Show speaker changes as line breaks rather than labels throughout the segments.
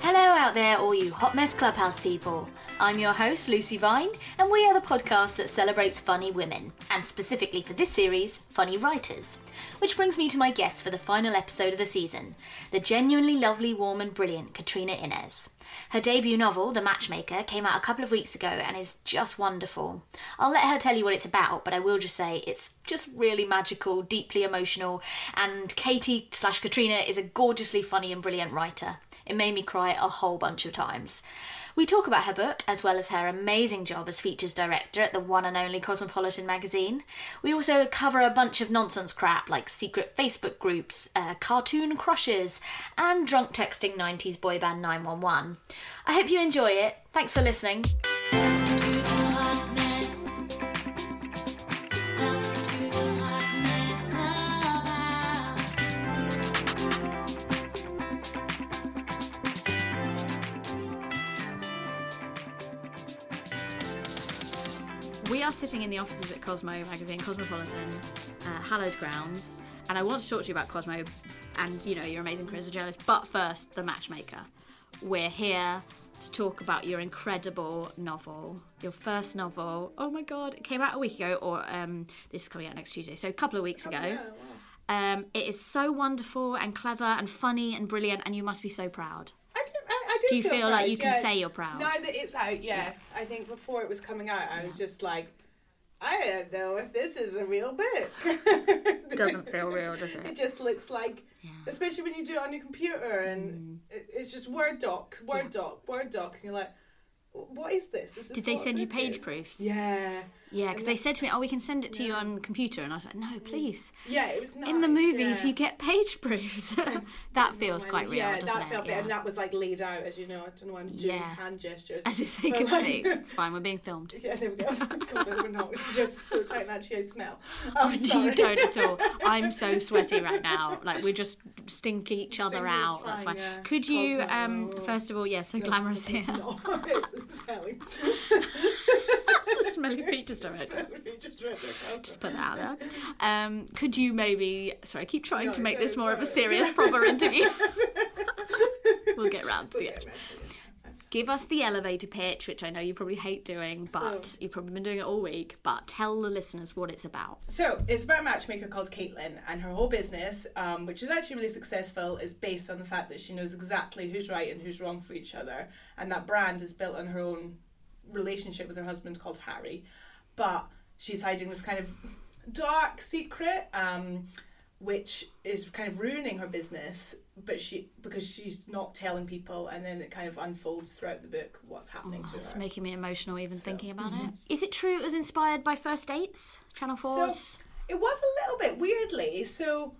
Hello out there, all you Hot Mess Clubhouse people. I'm your host, Lucy Vine, and we are the podcast that celebrates funny women, and specifically for this series, funny writers. Which brings me to my guest for the final episode of the season, the genuinely lovely, warm, and brilliant Katrina Inez. Her debut novel, The Matchmaker, came out a couple of weeks ago and is just wonderful. I'll let her tell you what it's about, but I will just say it's just really magical, deeply emotional, and Katie slash Katrina is a gorgeously funny and brilliant writer. It made me cry a whole bunch of times. We talk about her book as well as her amazing job as features director at the one and only Cosmopolitan magazine. We also cover a bunch of nonsense crap like secret Facebook groups, uh, cartoon crushes, and drunk texting 90s boy band 911. I hope you enjoy it. Thanks for listening. We are sitting in the offices at Cosmo magazine, Cosmopolitan, uh, Hallowed Grounds, and I want to talk to you about Cosmo and, you know, your amazing career as a journalist, but first, The Matchmaker. We're here to talk about your incredible novel, your first novel. Oh my god, it came out a week ago, or um, this is coming out next Tuesday, so a couple of weeks ago. Um, it is so wonderful and clever and funny and brilliant, and you must be so proud.
I do, I, I do,
Do you feel like
proud,
you can
yeah.
say you're proud?
Now that it's out, yeah. I think before it was coming out, I was just like, I don't know if this is a real book.
Doesn't feel real, does it?
It just looks like, especially when you do it on your computer and
Mm.
it it's just Word doc, Word doc, Word doc, and you're like, what is this? Is this
Did they
what a
send you
book
page
is?
proofs?
Yeah.
Yeah, because they said to me, "Oh, we can send it to you on computer," and I was like, "No, please."
Yeah, it was nice.
In the movies,
yeah.
you get page proofs. that feels quite real,
yeah,
doesn't
that
it?
felt
yeah.
and that was like laid out, as you know. I don't know why I'm doing
Yeah.
hand gestures.
As if they
But,
could
like-
see. It's fine. We're being filmed.
Yeah, there we go. God, no, we're not. It's just so tight and actually I smell. I'm
you
sorry.
don't at all. I'm so sweaty right now. Like we're just stinking each other
Stinging is
out. That's fine.
fine, yeah.
Could
It's
you,
cosmetic,
um,
oh.
first of all, yeah, so glamorous here.
No, it's smelling.
Smelly features director.
Just read their
Just put that out there. Um, could you maybe? Sorry, I keep trying to make this
it's
more of a
alright.
serious, proper interview. we'll get round to the end.
customer.
Give us the elevator pitch, which I know you probably hate doing, but you've probably been doing it all week. But tell the listeners what it's about.
So it's about a matchmaker called Caitlin, and her whole business, um, which is actually really successful, is based on the fact that she knows exactly who's right and who's wrong for each other, and that brand is built on her own relationship with her husband called Harry, but she's hiding this kind of dark secret, um, which is kind of ruining her business. But she because she's not telling people, and then it kind of unfolds throughout the book what's happening to her.
It's making me emotional even thinking about it. Is it true it was inspired by First Dates, Channel 4's?
Mm-hmm. So it was a little bit weirdly. So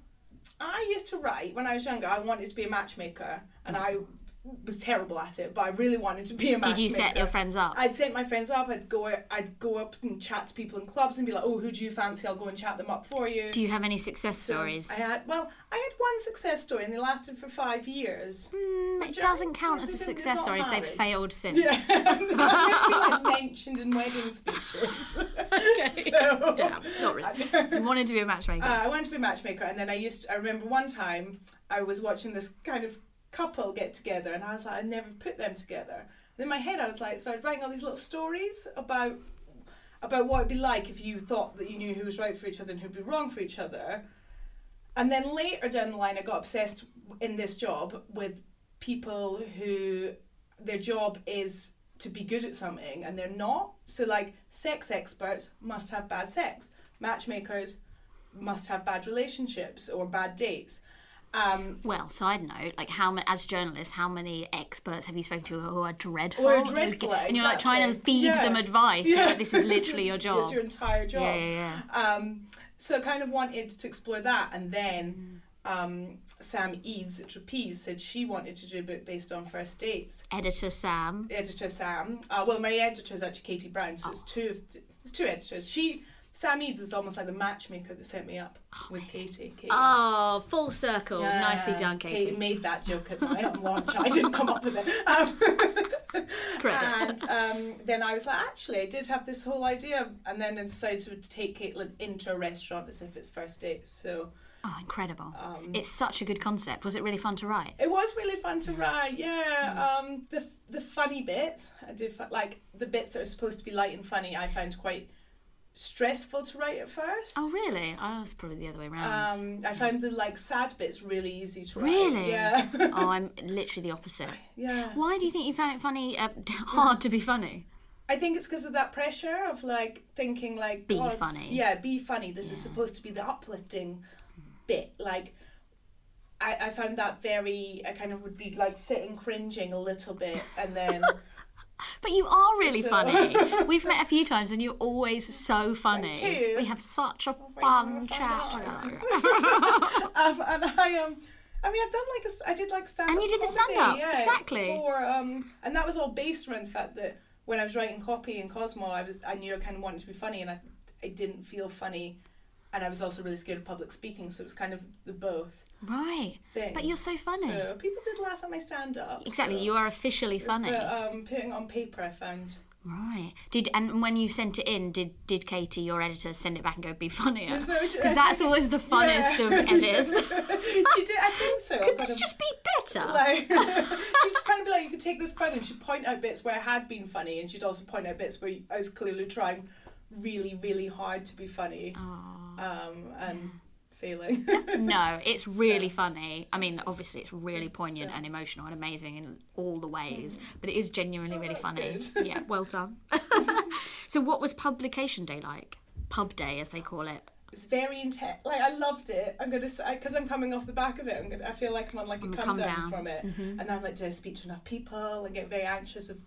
I used to write when I was younger. I wanted to be a matchmaker, and I was terrible at it, but I really wanted to be a matchmaker.
Did you set your friends up?
I'd set my friends up. I'd go. I'd go up and chat to people in clubs and be like, "Oh, who do you fancy? I'll go and chat them up for you."
Do you have any success stories?
I had well, I had one success story, and they lasted for five years.
But Mm, it doesn't count as a
It's not
success story if they've failed
married.
since.
I've been like, mentioned in wedding speeches. okay. So
Damn, not really. You wanted to be a matchmaker.
Uh, I wanted to be a matchmaker, and then I used. To, I remember one time I was watching this kind of couple get together, and I was like, I never put them together. And in my head, I was like, started writing all these little stories about about what it'd be like if you thought that you knew who was right for each other and who'd be wrong for each other. And then later down the line, I got obsessed in this job with people who their job is to be good at something and they're not. So, like, sex experts must have bad sex, matchmakers must have bad relationships or bad dates. Um,
Well, side note, like how ma- as journalists, how many experts have you spoken to who are dreadful?
Or
And you
dreadful,
get- and you're like trying to
exactly.
feed
Yeah.
them advice.
Yeah.
Like, this is literally your
It's
job.
your entire job.
yeah, yeah,
Um, so I kind of wanted to explore that, and then um, Sam Eads at Trapeze said she wanted to do a book based on first dates.
Editor Sam.
Editor Sam, uh, well, my editor is actually Katie Brown, so it's two of it's two editors. She Sam Eads is almost like the matchmaker that set me up with Katie. Katie.
Oh, full circle. Nicely
Uh,
done, Katie.
made that joke at my launch. I didn't come up with it. Um,
Credit.
and um, then I was like, actually, I did have this whole idea, and then I decided to take Caitlin into a restaurant as if it's first date. So
Oh, incredible.
um,
it's such a good concept. Was it really fun to write?
it was really fun to write. Yeah, um, the the funny bits I did fi- like the bits that are supposed to be light and funny. I found quite stressful to write at first.
Oh, really? I was probably the other way around.
Um, I found the like sad bits really easy to write.
really?
Yeah.
oh, I'm literally the opposite.
Yeah.
Why do you think you found it funny? Uh, hard to be funny.
I think it's because of that pressure of like thinking like
Be
"Oh, it's-
funny." Hmm.
Yeah, be funny. This is supposed to be the uplifting bit. Like I, I found that very I kind of would be like sitting cringing a little bit and then
But you are really
So-
funny. We've met a few times and you're always so funny.
you.
We have such a
have
fun
a fun
chat.
um, and I um I mean I've done like a s- I did like stand up
And you did the stand-up, exactly.
for um and that was all based around the fact that when I was writing copy in Cosmo I was I knew I kind of wanted to be funny and I I didn't feel funny and I was also really scared of public speaking so it was kind of the both.
right. But
things.
you're so funny.
So people did laugh at my stand up.
exactly, you are officially funny.
But um, putting it on paper, I found.
right. Did and when you sent it in, did did Katie, your editor, send it back and go be funnier? Because
So she-
that's always the funnest of edits.
she did. I think so.
Could
Kind
this
of
just be better?
Like, she'd kind of be like, you could take this further, and she'd point out bits where I had been funny, and she'd also point out bits where I was clearly trying really, really hard to be funny, um, and failing.
no, it's really funny. I mean, obviously, it's really poignant and emotional and amazing in all the
Mm.
ways, but it is genuinely really
Oh,
funny. yeah, well done. so, what was publication day like? Pub day, as they call it.
It was very intense. Like I loved it. I'm gonna say because I'm coming off the back of it. I'm gonna. I feel like I'm on like a Mm, come
come
down, Mm-hmm.
down.
from it, and I'm like, did I speak to enough people? And get very anxious of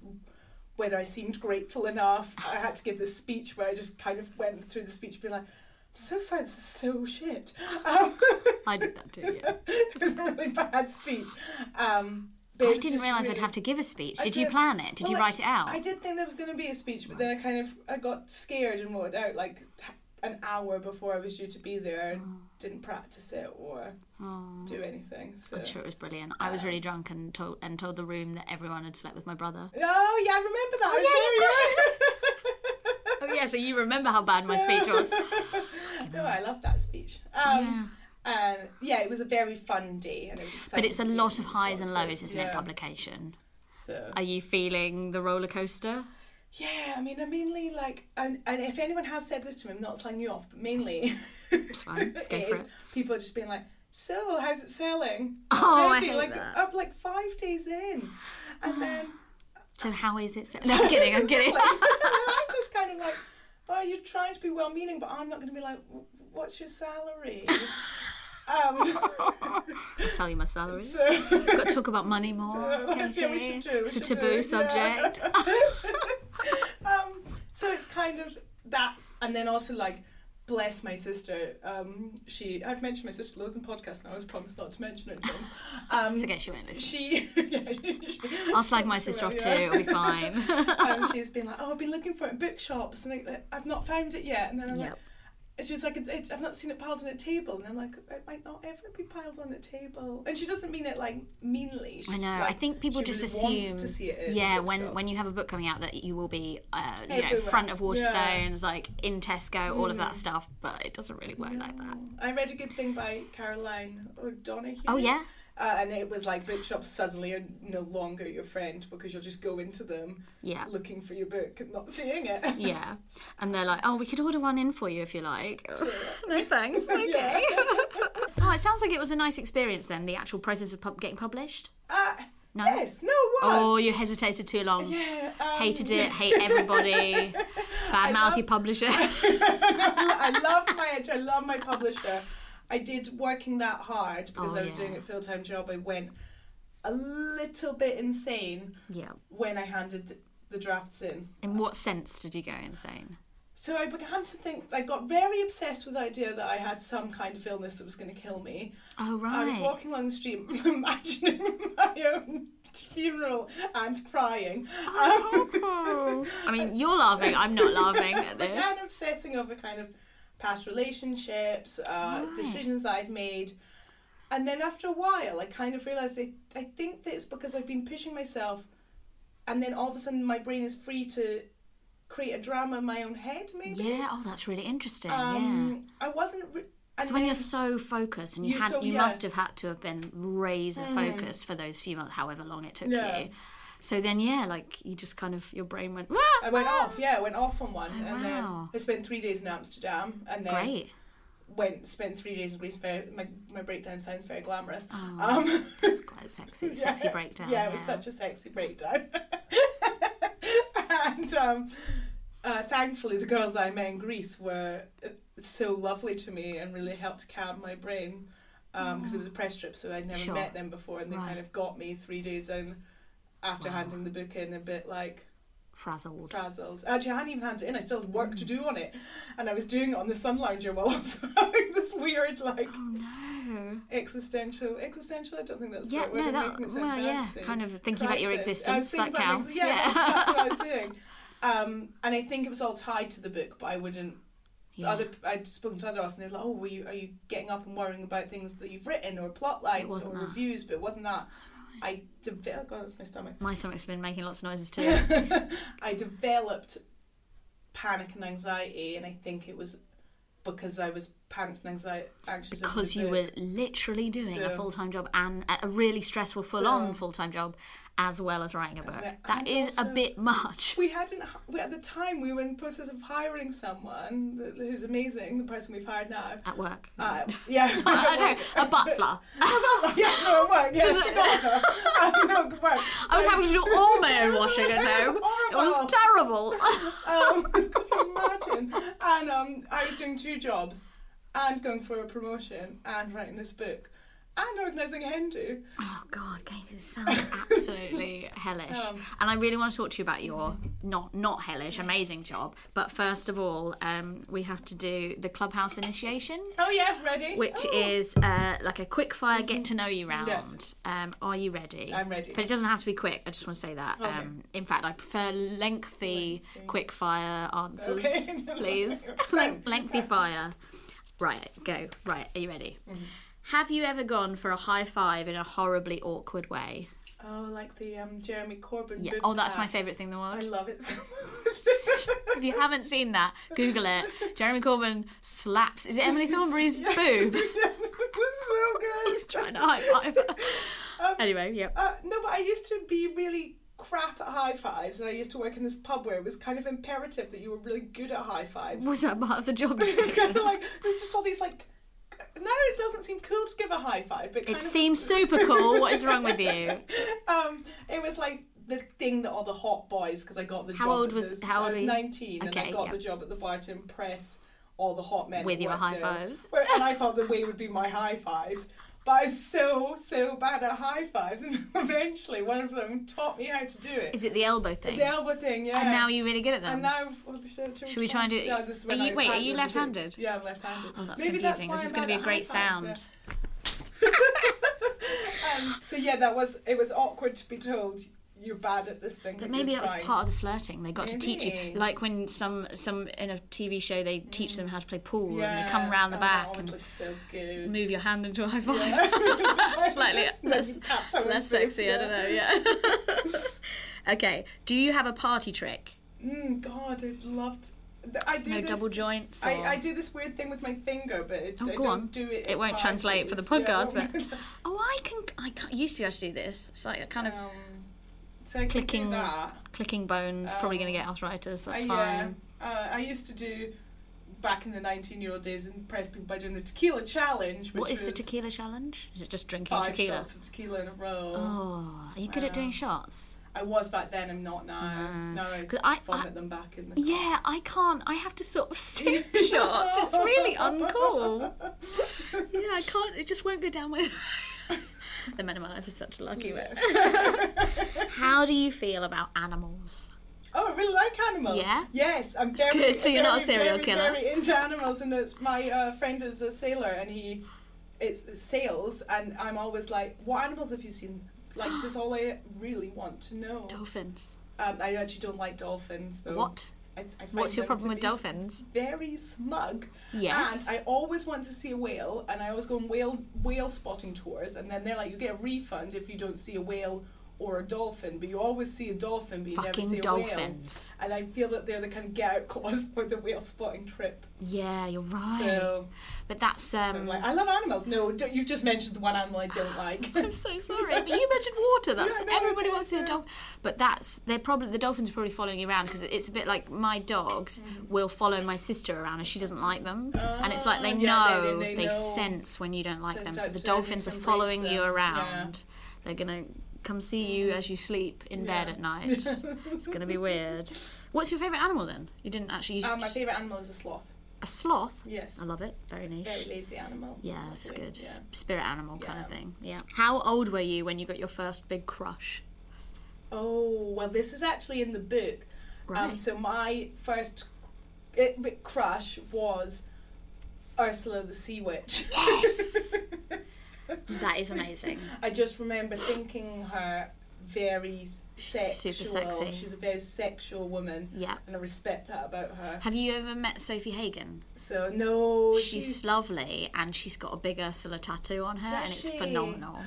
whether I seemed grateful enough. I had to give this speech where I just kind of went through the speech, being like, I'm so sorry, this is so shit. Um,
I did that too. Yeah.
it was a really bad speech. Um, but it
I
was
didn't
just
realise I'd
really-
have to give a speech.
I
Did you
said-
plan it? Did you
well, I-
write it out?
I did think there was going to be a speech, but then I kind of I got scared and wrote it out like t- an hour before I was due to be there and
Oh.
didn't practice it or do anything. So.
I'm sure it was brilliant. I was really drunk and told and told the room that everyone had slept with my brother.
Oh yeah, I remember that. I was
Oh yeah, so you remember how bad my speech was.
there, yeah. no, I love that speech. Um, And yeah, it was a very fun day, and it was exciting.
But it's a
to see
lot
it
of
in
highs
sorts
and
of
lows,
ways.
isn't
yeah.
it? Publication.
So.
Are you feeling the roller coaster?
Yeah, I mean, I mainly like, and, and if anyone has said this to me, I'm not slanging you off, but mainly
It's fine. Go
it
for
is
it.
people just being like, "So, how's it selling?"
Oh, I
Already,
hate
like
that.
up like five days in, and then
So how is it? No, I'm kidding. I'm kidding.
like, I'm just kind of like, "Oh, you're trying to be well-meaning, but I'm not going to be like, "W- what's your salary?" um,
I'll tell you my salary.
so
We've got to talk about money more.
that's- yeah, we
Katie.
should do- we
it's a
should do
taboo
it, yeah.
subject.
um, so it's kind of that's, and then also like, bless my sister. Um, she, I've mentioned my sister loads in podcasts, and I was promised not to mention it. James. Um,
It's okay, she won't listen.
she,
I'll slag my sister off too.
Yeah.
It'll be fine.
um, she's been like, "Oh, I've been looking for it in bookshops, and I, I've not found it yet." And then I'm
Yep.
like, and she was like, it's, it's, "I've not seen it piled on a table," and I'm like, "It might not ever be piled on a table." And she doesn't mean it like meanly. She's
I know.
Just like,
I think people
she
just
really
assume.
wants to see it. In
yeah,
the
when
bookshop.
when you have a book coming out, that you will be, uh, you know,
Everywhere.
front of
Yeah. Mm.
Waterstones, like in Tesco, all of that stuff. But it doesn't really work like that.
I read a good thing by Caroline O'Donoghue.
Oh yeah.
Uh, and it was like bookshops suddenly are no longer your friend because you'll just go into them
Yeah.
looking for your book and not seeing it.
Yeah, and they're like, "Oh, we could order one in for you if you like." no thanks. Okay. oh, it sounds like it was a nice experience then. The actual process of pub- getting published.
Uh, Yes, no, it was.
Oh, you hesitated too long.
Yeah, um,
Hated it. Hate everybody. Bad mouth your publisher.
I loved my edge. I love my publisher. I did working that hard because
Oh,
I was
yeah.
doing it full time job. I went a little bit insane
Yeah.
when I handed the drafts in.
In what sense did you go insane?
So I began to think, I got very obsessed with the idea that I had some kind of illness that was going to kill me.
Oh,
I was
right.
walking along the street, imagining my own funeral and crying.
Oh,
Um,
I mean, you're laughing. I'm not laughing at this.
kind of obsessing over kind of past relationships, uh, decisions that I'd made. And then after a while, I kind of realised I, I think that it's because I've been pushing myself, and then all of a sudden my brain is free to create a drama in my own head, maybe? Um,
Yeah. Oh, that's really interesting. yeah.
I wasn't. Re- and
So when
then-
you're so focused, and you
You're
had,
so-
you
yeah. Mm.
must have had to have been razor focused for those few months, however long it took
Yeah.
you. So then, yeah, like you just kind of your brain went. "Wah,
I went
wah."
off, yeah, I went off on one, and
Oh, wow.
then I spent three days in Amsterdam, and then
Great.
went spent three days in Greece. Very, my my breakdown sounds very glamorous.
Oh.
um,
Quite sexy, sexy breakdown.
yeah, it was such a sexy breakdown. and um, uh, thankfully, the girls that I met in Greece were uh, so lovely to me and really helped calm my brain because it was a press trip, so I'd never
Sure.
met them before, and they kind of got me three days in after handing the book in a bit like
frazzled.
frazzled. Actually, I hadn't even handed it in. I still had work
Mm.
to do on it, and I was doing it on the sun lounger while also having this weird like
Oh, No.
existential existential. I don't think that's the
Yeah,
right word.
no,
I'm
that-
making it sound
well, yeah,
fancy.
kind of thinking about your
Crisis. I was
existence,
thinking
that
about my
counts,
exi- yeah, that's
yeah.
exactly what I was doing. Um, and I think it was all tied to the book, but I wouldn't.
Yeah.
Other, I'd spoken to other artists, and they're like, "Oh, were you are you getting up and worrying about things that you've written or plot lines or
wasn't that.
reviews?" But it wasn't that. I developed. Oh God, that's my stomach.
My stomach's been making lots of noises too.
I developed panic and anxiety, and I think it was because I was panicked and anxiety anxious over
because
the
you
book.
were literally doing a
So-
full time job and a- a really stressful, full on full time job, as well as writing a book.
well-
That
and
is a
also-
bit much.
We hadn't h- we, at the time. We were in the process of hiring someone th- who's amazing. The person we've hired now.
At work.
Uh, yeah,
I don't know, a butler.
yeah, no, it worked. Yeah, she got her. Um, no, good work.
I was
So-
having to do all my own
It was
washing at
horrible.
home. It
It was
was terrible.
um, could you imagine? And um, I was doing two jobs, and going for a promotion, and writing this book, and organising a hen do.
Oh God, Kate, this sounds absolutely hellish.
Um,
and I really want to talk to you about your not not hellish, amazing job. But first of all, um, we have to do the clubhouse initiation,
Oh yeah, ready.
which
Oh. Mm-hmm.
is uh, like a quick fire get to know you round.
Yes.
Um, are you ready?
I'm ready.
But it doesn't have to be quick. I just want to say that. Um, in fact, I prefer lengthy, quick fire answers,
Okay.
please. Len- lengthy fire. Right, go. Right, are you ready?
Mm-hmm.
Have you ever gone for a high five in a horribly awkward way?
Oh, like the um, Jeremy Corbyn.
Yeah.
boob
Oh, that's
pad.
my favourite thing in the
I
world.
love it so much.
if you haven't seen that, Google it. Jeremy Corbyn slaps. Is it Emily Thornberry's boob?
It's
He's
so good.
trying to high five. anyway, yeah.
Uh, no, but I used to be really crap at high fives, and I used to work in this pub where it was kind of imperative that you were really good at high fives.
Was that part of the job
it was
description?
kind of like there's just all these like. No, it doesn't seem cool to give a high five, but kind
It
of
seems super cool. What is wrong with you?
Um, it was like the thing that all the hot boys because I got the
How
job.
old
at
was-
this-
how old
I was
were you?
nineteen, and
Okay,
I got
yeah.
the job at the bar to impress all the hot men
With
who
your
worked
high
there.
fives.
Where- and I thought the way would be my high fives. But I was so so bad at high fives, and eventually one of them taught me how to do it.
Is it the elbow thing?
the elbow thing? Yeah.
And now you're really good at them.
And now, well, should, should,
Should we try and do-
Yeah, this is
Are
when
you-
I
wait, are
can't
you
really do it.
left-handed?
Yeah, I'm left-handed.
Oh, that's
Maybe
confusing.
why
this is
I'm
going to be
bad
a
at
great
high fives,
sound.
yeah. So yeah, that was it was awkward to be told you're bad at this thing.
But maybe that was part of the flirting. They got to teach you,
Maybe.
like when some some in a TV show they teach them how to play pool and they come round
round
the
That
back
always
and
looks so good.
move your hand into a high five. Slightly less,
that's how it's
less
been,
sexy. I don't know. Yeah. okay. Do you have a party trick?
Mm, God, I'd loved. I do
No
this,
double joints. Or...
I, I do this weird thing with my finger, but it,
Oh,
I
go
don't
on.
do it.
It
at
won't translate for the
parties. Yeah,
podcast,
I
but
won't-
oh, I can. I can't, used to be able to do this. It's like a kind of
um, so I can
clicking,
do that.
clicking bones. probably going to get arthritis. That's
I,
fine.
Uh, uh, I used to do back in the 19-year-old days impress people by doing the tequila challenge. Which
What is the
was
tequila challenge? Is it just drinking
Five
tequila?
shots of tequila in a row.
Oh, are you good at doing shots?
I was back then. I'm not now. Now I
'Cause I-
vomit
I-
them back in the.
Yeah, I can't. I have to sort of sip shots. It's really uncool. yeah, I can't. It just won't go down with. the men in my life is such a lucky one. How do you feel about animals?
Oh, I really like animals.
Yeah?
Yes, I'm very.
good, so you're not a
very,
serial
very,
killer.
Very into animals, and it's my uh, friend is a sailor, and he, it's it's sails, and I'm always like, what animals have you seen? Like, that's all I really want to know.
Dolphins.
Um, I actually don't like dolphins, though.
What?
I, I find
What's your
them to
problem with
be s-
dolphins?
Very smug.
Yes.
And I always want to see a whale, and I always go on whale whale spotting tours, and then they're like, you get a refund if you don't see a whale or a dolphin, but you always see a dolphin, but you
Fucking
never see a
dolphins.
whale. And I feel that they're the kind of get out clause for the whale spotting trip.
Yeah, you're right.
So-
but that's um.
I'm like, I love animals. No, don't, you've just mentioned the one animal I don't like.
I'm so sorry, but you mentioned water. That's
Yeah, no,
everybody
it
wants
is,
to see a
yeah.
dolphin, but that's they're probably the dolphins are probably following you around because it's a bit like my dogs
Mm.
will follow my sister around and she doesn't like them, and it's like they
Ah, yeah, they-
know
they-
they,
they know.
sense when you don't like
So
them, so
start
the
to- they need
dolphins
to
are
embrace
following you
them, yeah. Mm.
around. They're gonna come see you as you sleep in bed at night. it's gonna be weird. What's your favourite animal then? You didn't actually. You
um, my
just-
favourite animal is a sloth.
a sloth.
Yes.
I love it. Very niche.
Very lazy animal.
Yeah, it's
Lovely,
good.
yeah.
S- Spirit animal kind of thing. Yeah. How old were you when you got your first big crush?
Oh, well, this is actually in the book. Um,
Right.
so my first it, bit crush was Ursula the Sea Witch.
That is amazing.
I just remember thinking her very s- sexual.
super sexy.
She's a very sexual woman.
Yeah.
And I respect that about her.
Have you ever met Sophie Hagen?
So, no,
She's
she's.
lovely and she's got a big Ursula tattoo on her and
Does
it's
she?
phenomenal.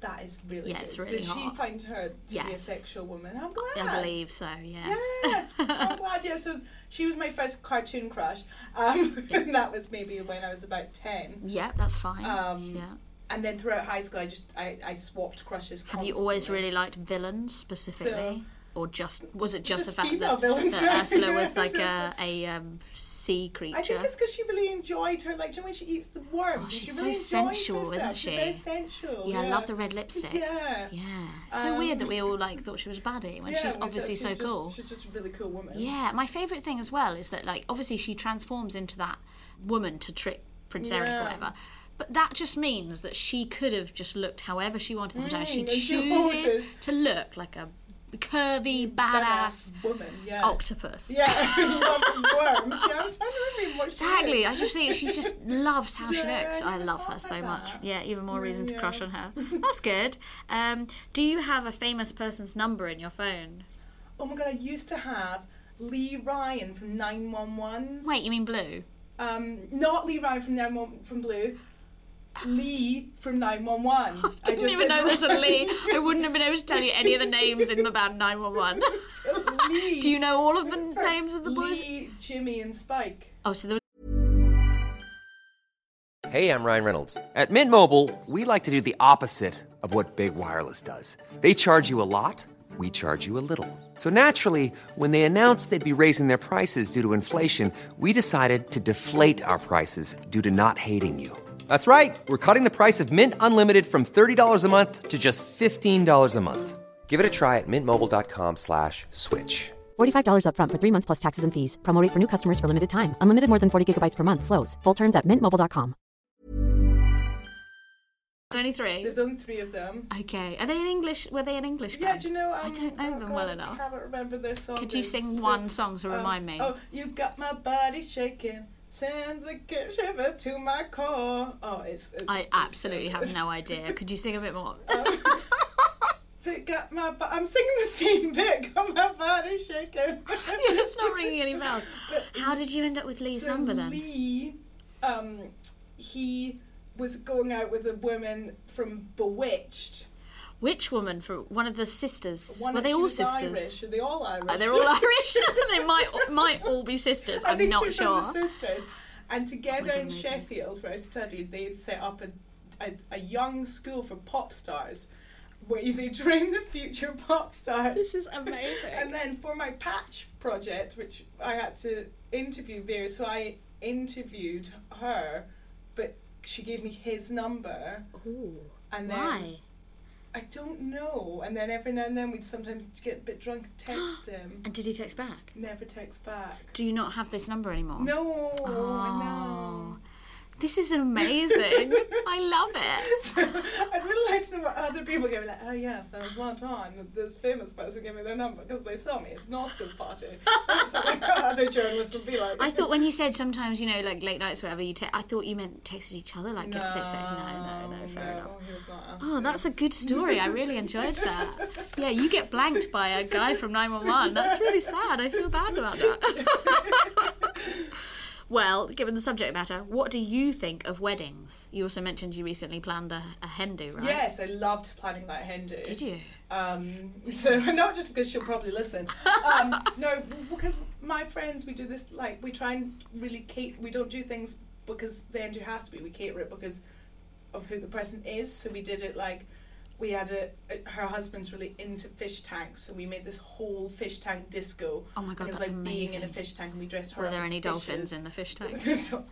That is really
Yeah,
good.
it's really
Did she
hot.
find her to be a
Yes.
sexual woman? I'm glad.
I believe so, yes.
Yeah, I'm glad. Yeah, so she was my first cartoon crush, um, and that was maybe when I was about ten.
Yeah, that's fine.
Um,
yeah.
And then throughout high school, I just I, I swapped crushes.
Have you always
constantly.
really liked villains specifically? or just was it just,
Just
the fact
female
that,
villains,
that
yeah.
Ursula was
Yeah,
like a,
it's
a um, sea creature?
I think it's because she really enjoyed her. Like, do you know when she eats the worms?
Oh,
she
she's
really
so
enjoys
sensual, isn't
herself.
she?
She's very sensual.
yeah, I love the red lipstick.
Yeah.
Yeah. It's so weird that we all like thought she was a baddie when
Um, Yeah,
she's
we said
obviously
she's
so
just-
cool.
She's just a really cool woman.
Yeah, my favourite thing as well is that like obviously she transforms into that woman to trick Prince Eric or whatever. But that just means that she could have just looked however she wanted them to. She
Mm, and she
chooses
always-
to look like a curvy, badass
woman. Yeah.
octopus.
Yeah, loves worms. Yeah, I was trying to remember what she
Exactly.
is.
I just think she just loves how she
Yeah,
looks.
I
I
never
love
thought
her so
about
much.
that. Mm,
Yeah, even more reason to crush on her. That's good. Um, do you have a famous person's number in your phone?
Oh my god, I used to have Lee Ryan from 911's.
Wait, you mean blue?
Um, not Lee Ryan from 911 from Blue. Lee from 911. I,
I didn't even
said
know there's a
Ryan.
Lee. I wouldn't have been able to tell you any of the names in the band 911.
Lee.
Do you know all of the
for
names of the boys?
Lee, Jimmy, and Spike.
Oh, so there was
Hey, I'm Ryan Reynolds. At Mint Mobile, we like to do the opposite of what Big Wireless does. They charge you a lot, we charge you a little. So naturally, when they announced they'd be raising their prices due to inflation, we decided to deflate our prices due to not hating you. That's right. We're cutting the price of Mint Unlimited from $30 a month to just $15 a month. Give it a try at mintmobile.com slash switch.
$45 upfront for three months plus taxes and fees. Promo rate for new customers for limited time. Unlimited more than 40 gigabytes per month. Slows. Full terms at mintmobile.com.
only three.
There's only three of them.
Okay. Are they in English? Were they an English
Yeah,
band?
do you know? Um,
I don't know
oh
them
God,
well
I
enough.
cannot remember their song.
Could you
They're
sing
so-
one song to
um,
remind me?
Oh, you got my body shaking, sends a good shiver to my core. Oh, it's. it's
I
it's so
absolutely
good. Oh.
have no idea. Could you sing a bit more?
So it got my. bo- I'm singing the same bit. Got my body shaking.
it's not ringing any bells. How did you end up with Lee's
So
number then?
Lee, um, he was going out with a woman from Bewitched.
Which woman? For one of the sisters?
One
Were
of-
they
she
all
was
sisters?
Irish. Are they all Irish?
Are they all Irish? they might might all be sisters.
I
I'm
think
not
she was
sure. Oh
one of the sisters. And together in
amazing.
Sheffield, where I studied, they had set up a, a, a young school for pop stars, where they trained the future pop stars.
This is amazing.
And then for my patch project, which I had to interview Vera, so I interviewed her, but she gave me his number. And then
Why?
I don't know. And then every now and then we'd sometimes get a bit drunk and text him.
And did he text back?
Never text back.
Do you not have this number anymore?
No, I know.
This is amazing. I love it.
I'd really like to know what other people gave me. Like, oh yes, there was one time this famous person gave me their number because they saw me at an Oscars party. That's what other journalists would be like.
I thought when you said sometimes, you know, like late nights, whatever, you te- I thought you meant texted each other, like get this. No, no, no, fair enough.
he was not us.
Oh, that's a good story. I really enjoyed that. Yeah, you get blanked by a guy from 911. That's really sad. I feel bad about that. well, given the subject matter, what do you think of weddings? You also mentioned you recently planned a, a hen do, right?
Yes, I loved planning that Hindu.
Did you?
Um, so not just because she'll probably listen. Um, no, because my friends, we do this like we try and really cater. We don't do things because the Hindu has to be. We cater it because of who the person is. So we did it like we had a, a- her husband's really into fish tanks, so we made this whole fish tank disco.
Oh my God,
And it was
that's
like being in a
amazing.
fish tank, and we dressed her.
Were
up
there
as
any dolphins
fishes.
in the fish tank?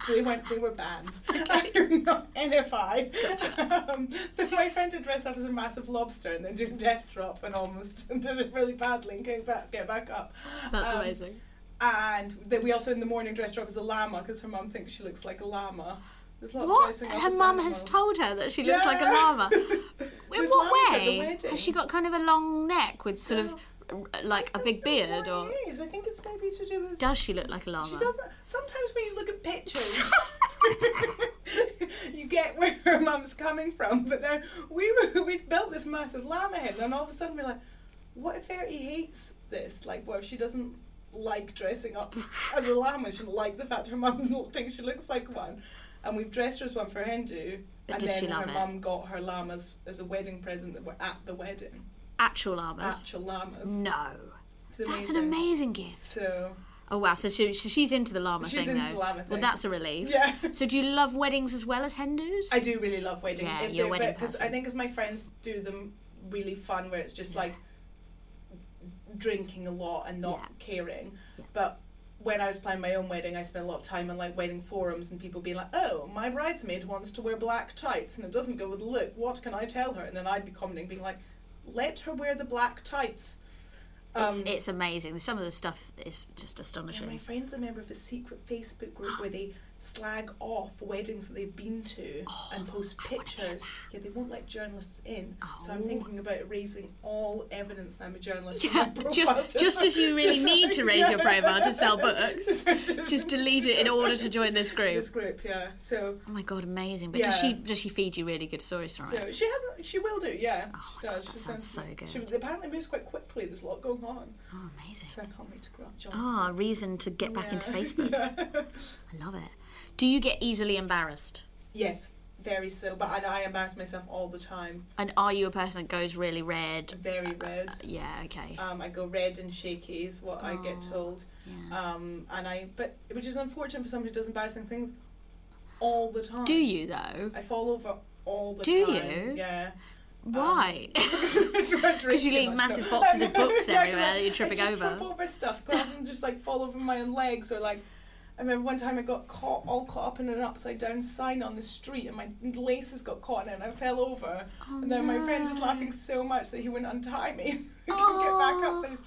they went. They were banned. Not NFI. Um, then my friend did dress up as a massive lobster and then do a death drop and almost did it really badly and came back, get back up.
That's
Um,
amazing.
And then we also in the morning dressed her up as a llama because her mum thinks she looks like a llama. There's a lot of
What?
dressing up
Her
as
mum has
animals.
told her that she looks like a
Yeah.
llama. In
There's
what
llamas at the
way?
wedding.
Has she got kind of a long neck with sort of uh, like a big beard, or
It is. I think it's maybe to do with.
does she look like a llama?
She doesn't. Sometimes when you look at pictures, you get where her mum's coming from. But then we were, we built this massive llama head, and all of a sudden we're like, what if Verity hates this? Like, what if she doesn't like dressing up as a llama? She doesn't like the fact her mum thinks she looks like one. And we've dressed her as one for Hindu,
But
and
does
then
she love
her
it?
mum got her llamas as a wedding present that were at the wedding.
Actual llamas.
Actual llamas.
No.
It's
Mm. That's an amazing gift.
So
Oh wow! So she, she- she's into the llama
She's
thing
into
though.
the llama
Well,
thing.
that's a relief.
Yeah.
So do you love weddings as well as Hindus?
I do really love weddings.
Yeah,
if
you're a
they're-
wedding
but- 'cause
person.
I think as my friends do them really fun, where it's just like drinking a lot and not
Yeah.
caring. But when I was planning my own wedding, I spent a lot of time on like wedding forums and people being like, "Oh, my bridesmaid wants to wear black tights and it doesn't go with the look. What can I tell her?" And then I'd be commenting, being like, "Let her wear the black tights."
It's, it's amazing. Some of the stuff is just astonishing.
My friend's a member of a secret Facebook group where they slag off weddings that they've been to
Oh,
and post pictures. Yeah, they won't let journalists in. So
Oh.
I'm thinking about erasing all evidence that I'm a journalist. from my profile
just, just as you really
Just-
need to raise your profile to sell books,
Just-
just delete it in order to join this group.
This group, yeah. So,
Oh my god, amazing! But does
Yeah.
she does she feed you really good stories from
so
it?
she hasn't. She will do, yeah.
Oh my
she
God,
does.
that
she
sounds
sends-
so good.
She apparently moves quite quickly. There's a lot going on,
Oh, amazing!
so I can't wait to grow up. John.
Ah, reason to get back into Facebook. I love it. Do you get easily embarrassed?
Yes, very so. But I, I embarrass myself all the time.
And are you a person that goes really red?
Very red.
Yeah. Okay.
um, I go red and shaky is what I get told. Um, and I, but which is unfortunate for someone who does embarrassing things all the time.
Do you though?
I fall over all the
Do
time.
you?
Yeah.
Why?
Because
you leave massive boxes of books everywhere that you're tripping
I just
over.
trip over stuff. Go and just like fall over my own legs or like. I remember one time I got caught, all caught up in an upside down sign on the street, and my laces got caught in it, and I fell over.
Oh,
and then my friend was laughing so much that he wouldn't untie me. I couldn't get back up, so I just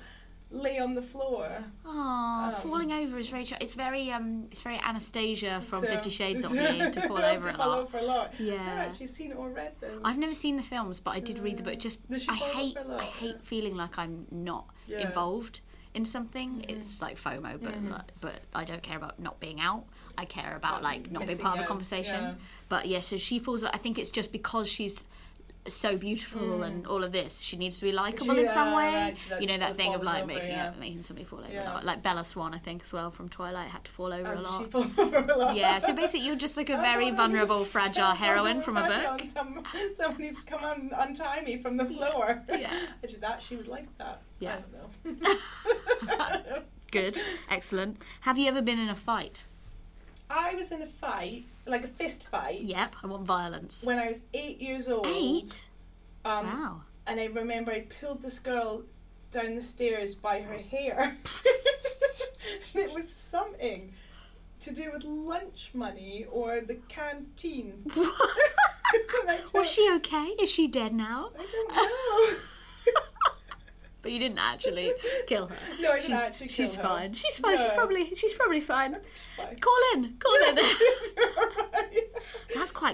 lay on the floor.
Oh,
um,
falling over is very. Tr- it's very. Um, it's very Anastasia from
So-
Fifty Shades of You to fall
to
over a
fall
lot.
over a lot.
Yeah.
I've actually seen or read those.
I've never seen the films, but I did read the book. Just
Mm. Does she
I
fall
hate.
over a lot?
I hate feeling like I'm not
Yeah. Mm-hmm.
involved in something. It's like FOMO, but like- but I don't care about not being out. I care about like not being
missing
part of
out,
the conversation.
yeah.
But yeah, so she falls. I think it's just because she's so beautiful and all of this. She needs to be likable in some
Mm. yeah,
way.
right, so that's
you know
the
that thing of
falling
like
over,
making
yeah.
making somebody fall over a
Yeah. Oh,
lot. Like Bella Swan, I think as well from Twilight had to fall over a
Did she
lot.
fall over a lot?
Yeah, so basically you're just like a
I
very
thought it was
vulnerable,
just
fragile
so
heroine
vulnerable,
from a
fragile,
book.
and Some, someone needs to come and untie me from the floor.
yeah.
Actually, that she would like that.
Yeah.
I don't know.
Good, excellent. Have you ever been in a fight?
I was in a fight, like a fist fight,
Yep, I want violence.
when I was eight years old.
Eight?
Um,
Wow.
And I remember I pulled this girl down the stairs by her hair. and it was something to do with lunch money or the canteen. And I don't-
Was she okay? Is she dead now?
I don't know.
But you didn't actually kill her.
No, I didn't
she's,
actually kill
she's
her.
fine. She's fine. She's
No.
probably she's probably fine.
she's fine.
Call in. Call in.
Right.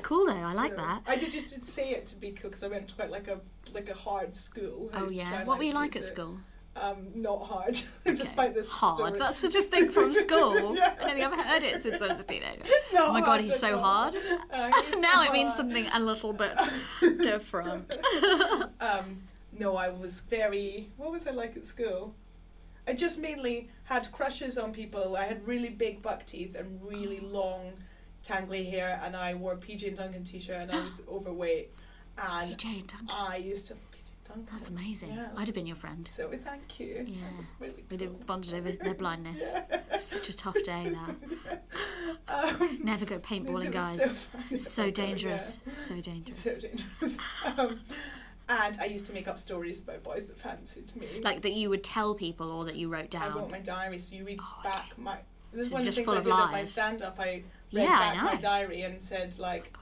cool though. I like that.
I did used to say it to be cool because I went to quite like a like a hard school. I
Oh
used to try
yeah.
and,
What were you like at
use it.
school?
Um, not hard, despite this
Hard.
story.
That's such a thing from school. I don't think I've heard it since I was a teenager.
Not
oh my god,
hard
he's
at
so
all.
hard.
Uh, he's
now it means
hard.
something a little bit different.
No, I was very. What was I like at school? I just mainly had crushes on people. I had really big buck teeth and really
Oh.
long, tangly hair, and I wore PJ and Duncan t-shirt, and I was overweight. And
PJ and Duncan.
I used to PJ Duncan.
That's amazing.
Yeah.
I'd have been your friend.
So thank you.
Yeah.
That was really
We'd
cool.
have bonded over their blindness. Such a tough day that.
Um,
Never go paintballing,
it
guys.
was so
It's
fun.
So, dangerous. So
So
dangerous.
dangerous. um, and I used to make up stories about boys that fancied me.
Like that you would tell people or that you wrote
I wrote
down.
my diary, so you read back my. This
This
is
is Oh,
one of the
just
things
full
I
of
did at my
lies.
stand-up. I read
Yeah, I
back my
know.
diary and said like,
God,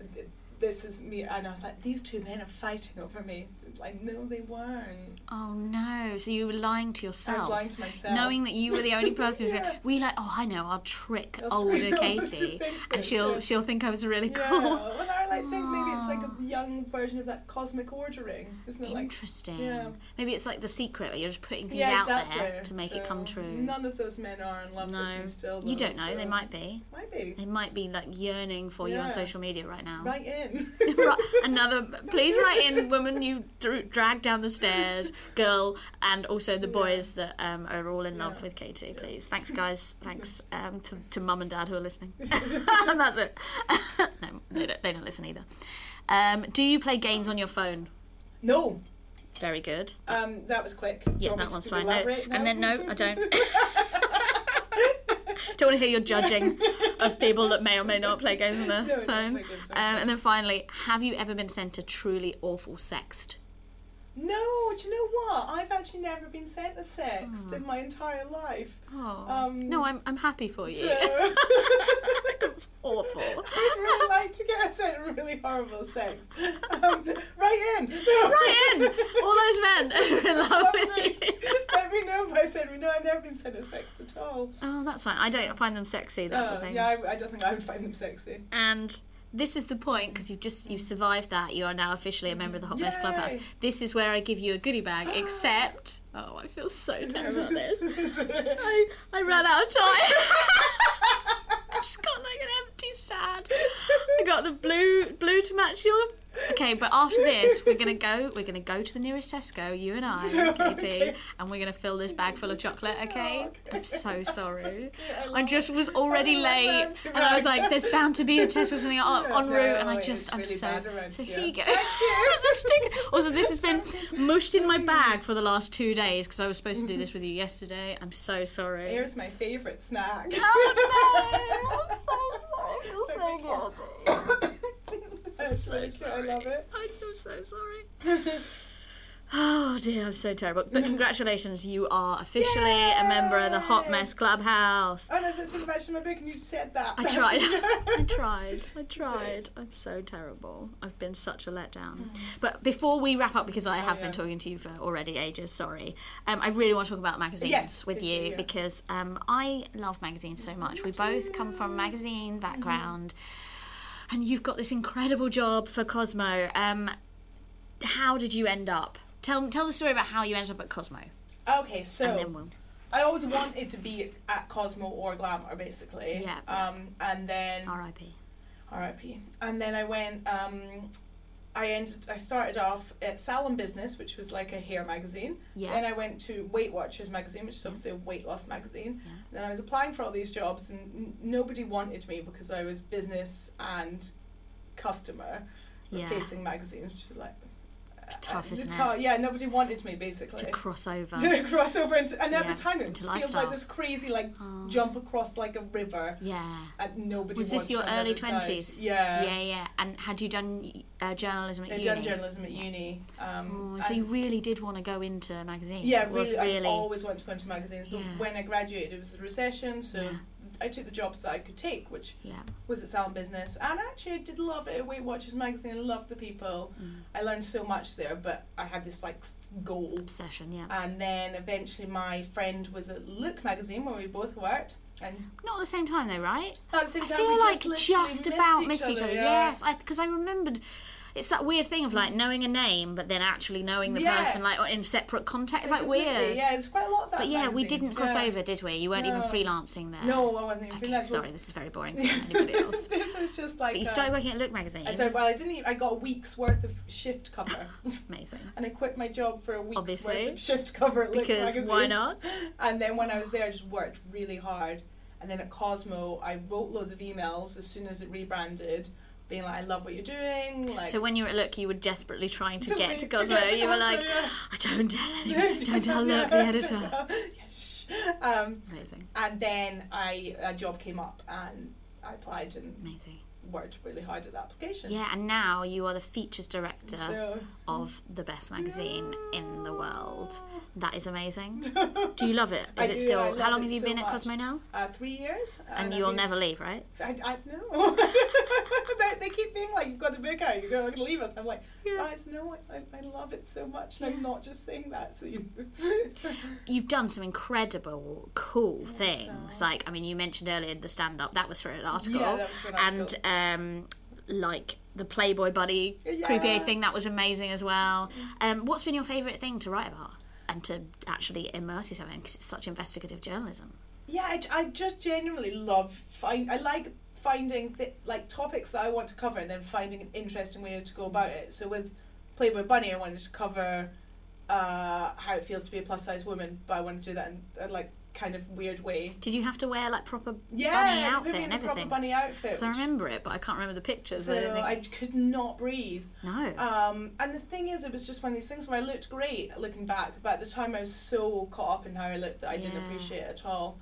amazing.
"This is me," and I was like, "These two men are fighting over me." Like, no, they weren't.
Oh no! So you were lying to yourself.
lying to myself.
Oh, Knowing that you were the only person who's
Yeah.
going, we like, oh, I know, I'll trick
trick
older
her to
Katie,
think
and
this,
she'll
yeah.
she'll think I was really
Yeah,
cool. Ah.
well, I like think maybe it's like a young version of that cosmic ordering, isn't it? Like,
Interesting.
Yeah.
Maybe it's like the secret where you're just putting things
yeah,
out
exactly.
there to make it come
So
true.
None of those men are in love with
no,
me still.
you
though,
don't know. They
so-
might be.
Might be.
They might be like yearning for you on
Yeah.
social media right now.
Right in.
Ri- Another, please write in woman you dr- dragged down the stairs, girl, and also the boys that um, are all in love with Katie, please. Thanks, guys. Thanks um, to, to mum and dad who are listening. and that's it. no, they don't, they don't listen either. Um, do you play games on your phone?
no.
Very good.
Um, that was quick. Do you
yeah,
want me
that
to
one's fine. No,
elaborate now?
and then, no, I don't. Don't want to hear your judging of people that may or may not play games on
No, I
their
don't
phone.
play games on
Um, and then finally, have you ever been sent a truly awful sext?
No, do you know what? I've actually never been sent a sext in my entire life. Um,
Oh. No, I'm, I'm happy for you.
So I'd
awful.
really like to get sent a really horrible sext. Um, right in. No.
Right in! All those men who are in love with you.
Let me know if I send me. No, I've never been sent a sext at all.
Oh, that's fine. I don't find them sexy, that's
Uh,
the thing.
yeah, I, I don't think I would find them sexy.
and this is the point because you've just you've survived that you are now officially a member of the hot mess
Yay.
clubhouse this is where i give you a goodie bag except oh i feel so terrible at this I, I ran out of time i just got like an empty sad i got the blue blue to match your okay but after this we're gonna go we're gonna go to the nearest tesco you and i katie and we're gonna fill this bag full of chocolate
Oh,
okay, i'm so sorry i just was already late
that.
and i was like there's bound to be a test or something en en route, and
no,
I
it's
just I'm
really
so.
bad around
So
here.
here you go. the sticker. Also, this has been mushed in my bag for the last two days because I was supposed to do this with you yesterday. I'm so sorry.
Here's my favourite snack.
Oh no! I'm so sorry. I feel so guilty.
That's really cute. I love it.
I'm so, so sorry. Oh dear, I'm so terrible. But congratulations, you are officially a member of the Hot Mess Clubhouse.
Oh no, so it's in the mention of my book, and you said that.
I tried. I tried. I tried. I'm so terrible. I've been such a letdown. But before we wrap up, because I
Oh,
have been talking to you for already ages, sorry. Um, I really want to talk about magazines
Yes,
with
please
you
do, yeah.
because um, I love magazines so much. We both come from a
Mm-hmm.
magazine background, and you've got this incredible job for Cosmo. Um, how did you end up? Tell tell the story about how you ended up at Cosmo,
Okay, so
and then we'll.
I always wanted to be at Cosmo or Glamour, basically.
Yeah.
Um, and then
R.I.P.
R.I.P. And then I went. Um, I ended. I started off at Salon Business, which was like a hair magazine.
Yeah.
Then I went to Weight Watchers magazine, which is obviously a weight loss magazine. Then I was applying for all these jobs, and n- nobody wanted me because I was business and customer
Yeah.
facing magazines, which is like
Tough,
it's
isn't it?
hard. Yeah, nobody wanted me basically.
Crossover.
to cross over into, and at
Yeah,
the time it
into
feels
lifestyle. Oh.
like this crazy like jump across like a river
Yeah.
and nobody
Was this
wants
your
you on the
early
other side.
twenties?
yeah
yeah, yeah. And had you done uh, journalism at
i
uni?
done journalism at uni um,
Oh, so you
and-
really did want to go into a magazine.
yeah
It was
really, i always wanted to go into magazines but
Yeah.
when i graduated it was the recession so
Yeah.
i took the jobs that i could take which
Yeah.
was at Sound Business and actually I did love it at Weight Watchers magazine I loved the people
Mm.
I learned so much there but I had this like s- goal
obsession. Yeah.
Uh, and then eventually my friend was at Look magazine where we both worked And
Not at the same time, though, right?
At the same time,
I feel
we
like
just
just,
literally missed
about
each
miss each
other,
other.
yeah.
Yes, because I, remembered. It's that weird thing of like knowing a name, but then actually knowing the
Yeah.
person like in separate context. It's
so
like
completely,
weird.
Yeah, it's quite a lot of that.
But yeah, we
magazines,
didn't cross
yeah.
over, did we? You weren't even
No.
freelancing there.
No, I wasn't even
Okay,
freelancing.
Sorry, this is very boring for anybody else. But
this was just like.
you
uh,
started working at Look magazine.
I said, well, I didn't. Even, I got a week's worth of shift cover,
Amazing.
and I quit my job for a week's
Obviously.
worth of shift cover at Look
Because why
magazine.
not?
And then when I was there, I just worked really hard. And then at Cosmo, I wrote loads of emails as soon as it rebranded, being like, "I love what you're doing." Like,
So when you were at Look, you were desperately trying to
To
get
leave-
to
to
Cosmo.
get to
you were
Cosmo,
like,
yeah.
I don't tell anyone. Don't tell Look, the editor.
yes. Um,
Amazing.
and then I a job came up, and I applied and
Amazing.
worked really hard at the application.
Yeah, and now you are the features director
So-
of the best magazine in the world. That is amazing. do you love it? Is
I
it
do,
still?
I
how
love
long
it
have you
so
been at
much.
Cosmo now?
Uh, three years.
And
I've
you'll
been-
never leave, right?
I, I know. they, they keep being like, "You've got the big out. You're going to leave us." I'm like, guys, no, I, I, I love it so much, and I'm not just saying that. So you.
You've done some incredible, cool things. Like, I mean, you mentioned earlier the stand up. That was for an article.
uh, that was for an article.
And um, like the Playboy Buddy creepy
Yeah. Mm-hmm.
thing. That was amazing as well. Um, what's been your favourite thing to write about? And to actually immerse yourself in, because it's such investigative journalism.
yeah, I, I just genuinely love find. I like finding th- like topics that I want to cover, and then finding an interesting way to go about it. So with Playboy Bunny, I wanted to cover uh, how it feels to be a plus size woman, but I wanted to do that in a like kind of weird way.
Did you have to wear like proper bunny
Yeah,
outfit
put me
and
in a proper
everything?
bunny outfit.
So I
which-
remember it, but I can't remember the pictures. I
So
don't
I
think.
j- could not breathe.
No.
Um, and the thing is, it was just one of these things where I looked great looking back, but at the time I was so caught up in how I looked that I didn't
Yeah.
appreciate it at all.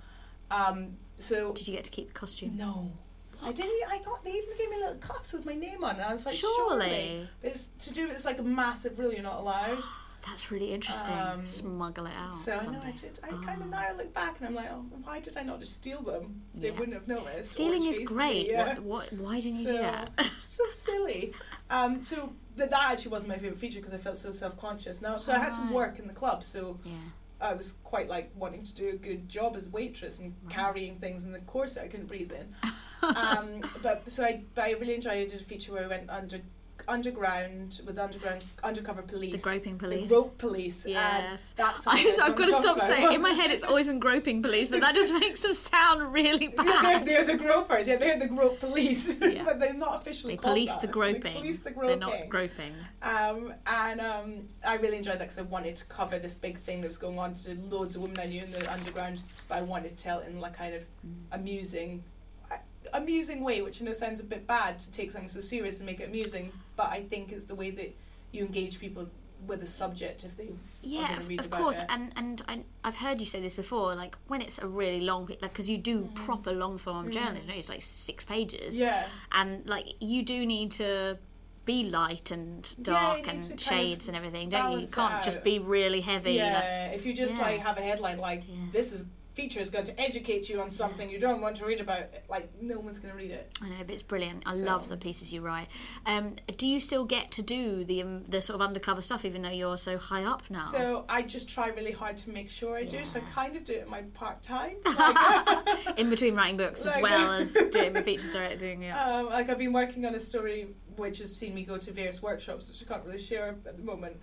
Um, so
Did you get to keep the costume?
no. I didn't. e- I thought they even gave me little cuffs with my name on, it. I was like,
Surely.
surely, it's to do. It's like a massive rule. You're not allowed.
That's really interesting.
Um,
Smuggle it out.
so
someday.
I know I did. I kind of now I look back and I'm like, oh, why did I not just steal them? They
Yeah.
wouldn't have noticed. or
Stealing is
chased me,
great.
yeah.
What, what, why didn't you
so,
do that?
so silly. Um, so th- that actually wasn't my favourite feature because I felt so self conscious. Now, so I had to work in the club, so
yeah.
I was quite like wanting to do a good job as waitress and carrying things in the corset I couldn't breathe in. um, but so I, but I really enjoyed. I did a feature where I went under underground with underground undercover police,
The groping police.
the rope police. and
Yes.
that's.
I,
something
have
wanna
got to
talk
stop
about.
saying in my head it's always been groping police, but that just makes them sound really
Yeah,
bad.
they're, they're the gropers. Yeah, they're the grope police,
Yeah.
but they're not officially.
They
called
police
that.
the
They
groping.
police the
They're
groping.
not groping.
Um, and um, I really enjoyed that because I wanted to cover this big thing that was going on to loads of women I knew in the underground, but I wanted to tell it in like kind of amusing, uh, amusing way, which I know sounds a bit bad to take something so serious and make it amusing, but I think it's the way that you engage people with a subject if they are
Yeah,
gonna
of,
read
of
about
course,
it.
and and I, I've heard you say this before. Like when it's a really long, like because you do proper long form journalism, it's like six pages.
Mm. Yeah.
and like you do need to be light and
you
dark
need
and
to kind
shades
of
and everything, don't you? You
balance it
can't just
out.
be really heavy. like-
yeah, if you just
yeah.
like have a headline like this is feature is going to educate you on something you don't want to read about, like no one's going to read it.
I know, but it's brilliant. I love the pieces you write. Um, do you still get to do the um, the sort of undercover stuff, even though you're so high up now?
So I just try really hard to make sure I do. So I kind of do it in my part time.
in between writing books as
Like-
well as doing the features directing. Yeah.
um, like I've been working on a story which has seen me go to various workshops, which I can't really share at the moment.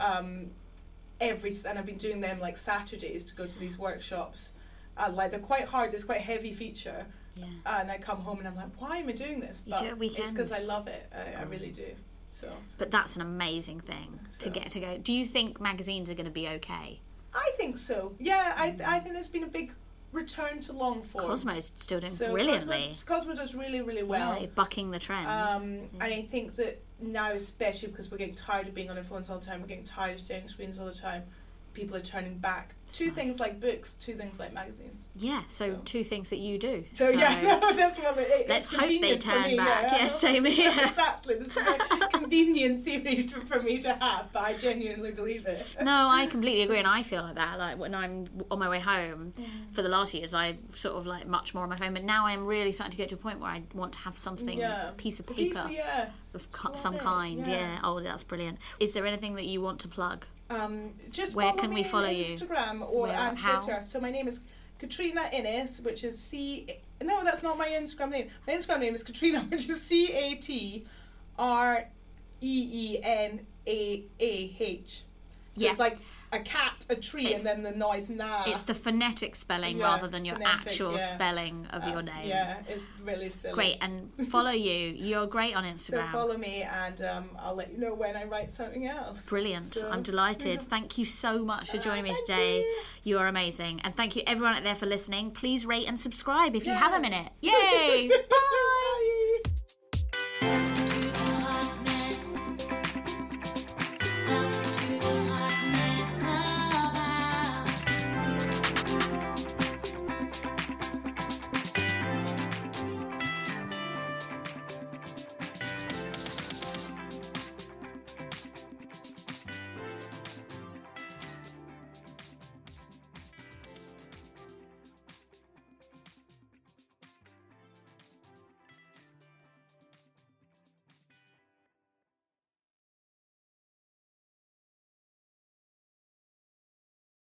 Um, every s- and I've been doing them like Saturdays to go to these workshops. Uh, like they're quite hard. It's quite a heavy feature.
Yeah.
And I come home and I'm like, why am I doing this?
You do it
it's because I
weekends.
love it. I, I really do. So
But that's an amazing thing to get to go. Do you think magazines are going to be okay?
I think so. Yeah, I I think there's been a big return to long form.
Cosmo's still doing
So
brilliantly.
Cosmos, Cosmo does really, really well.
Yeah, bucking the trend.
Um,
Mm-hmm.
And I think that now, especially because we're getting tired of being on our phones all the time, we're getting tired of staring at screens all the time, people are turning back to things like books, to things like magazines.
yeah, so, two things that you do.
So, yeah, no, that's one. It, it's
let's hope they
convenient for
turn
me,
back.
Yeah.
Yes, same here.
Exactly, this is a convenient theory to, for me to have, but I genuinely believe it.
No, I completely agree, and I feel like that. Like when I'm on my way home, for the last years, I sort of like much more on my phone. But now I'm really starting to get to a point where I want to have something,
Yeah,
piece of
A
paper
yeah.
of co-
Love
some
it,
kind. Yeah.
yeah.
Oh, that's brilliant. Is there anything that you want to plug?
Um, just
Where
follow
can we
me on
follow you?
Instagram or
Where-
on
how?
Twitter. So my name is Katrina Innes, which is C. No, that's not my Instagram name. My Instagram name is Katrina, which is C A T R E E N A A H. So
Yeah.
it's like a cat, a tree,
It's-
and then the noise nah.
It's the phonetic spelling
Uh, Yeah,
rather than your
phonetic,
actual
yeah. Uh,
spelling of your name.
yeah, it's really silly.
Great, and follow you. You're great on
So
Instagram.
follow me, and um, I'll let you know when I write something else.
Brilliant.
So-
I'm delighted. Thank you so much for joining me today. You. are amazing. And thank you everyone out there for listening. Please rate and subscribe if you have a minute. Yay!
Bye.
Welcome to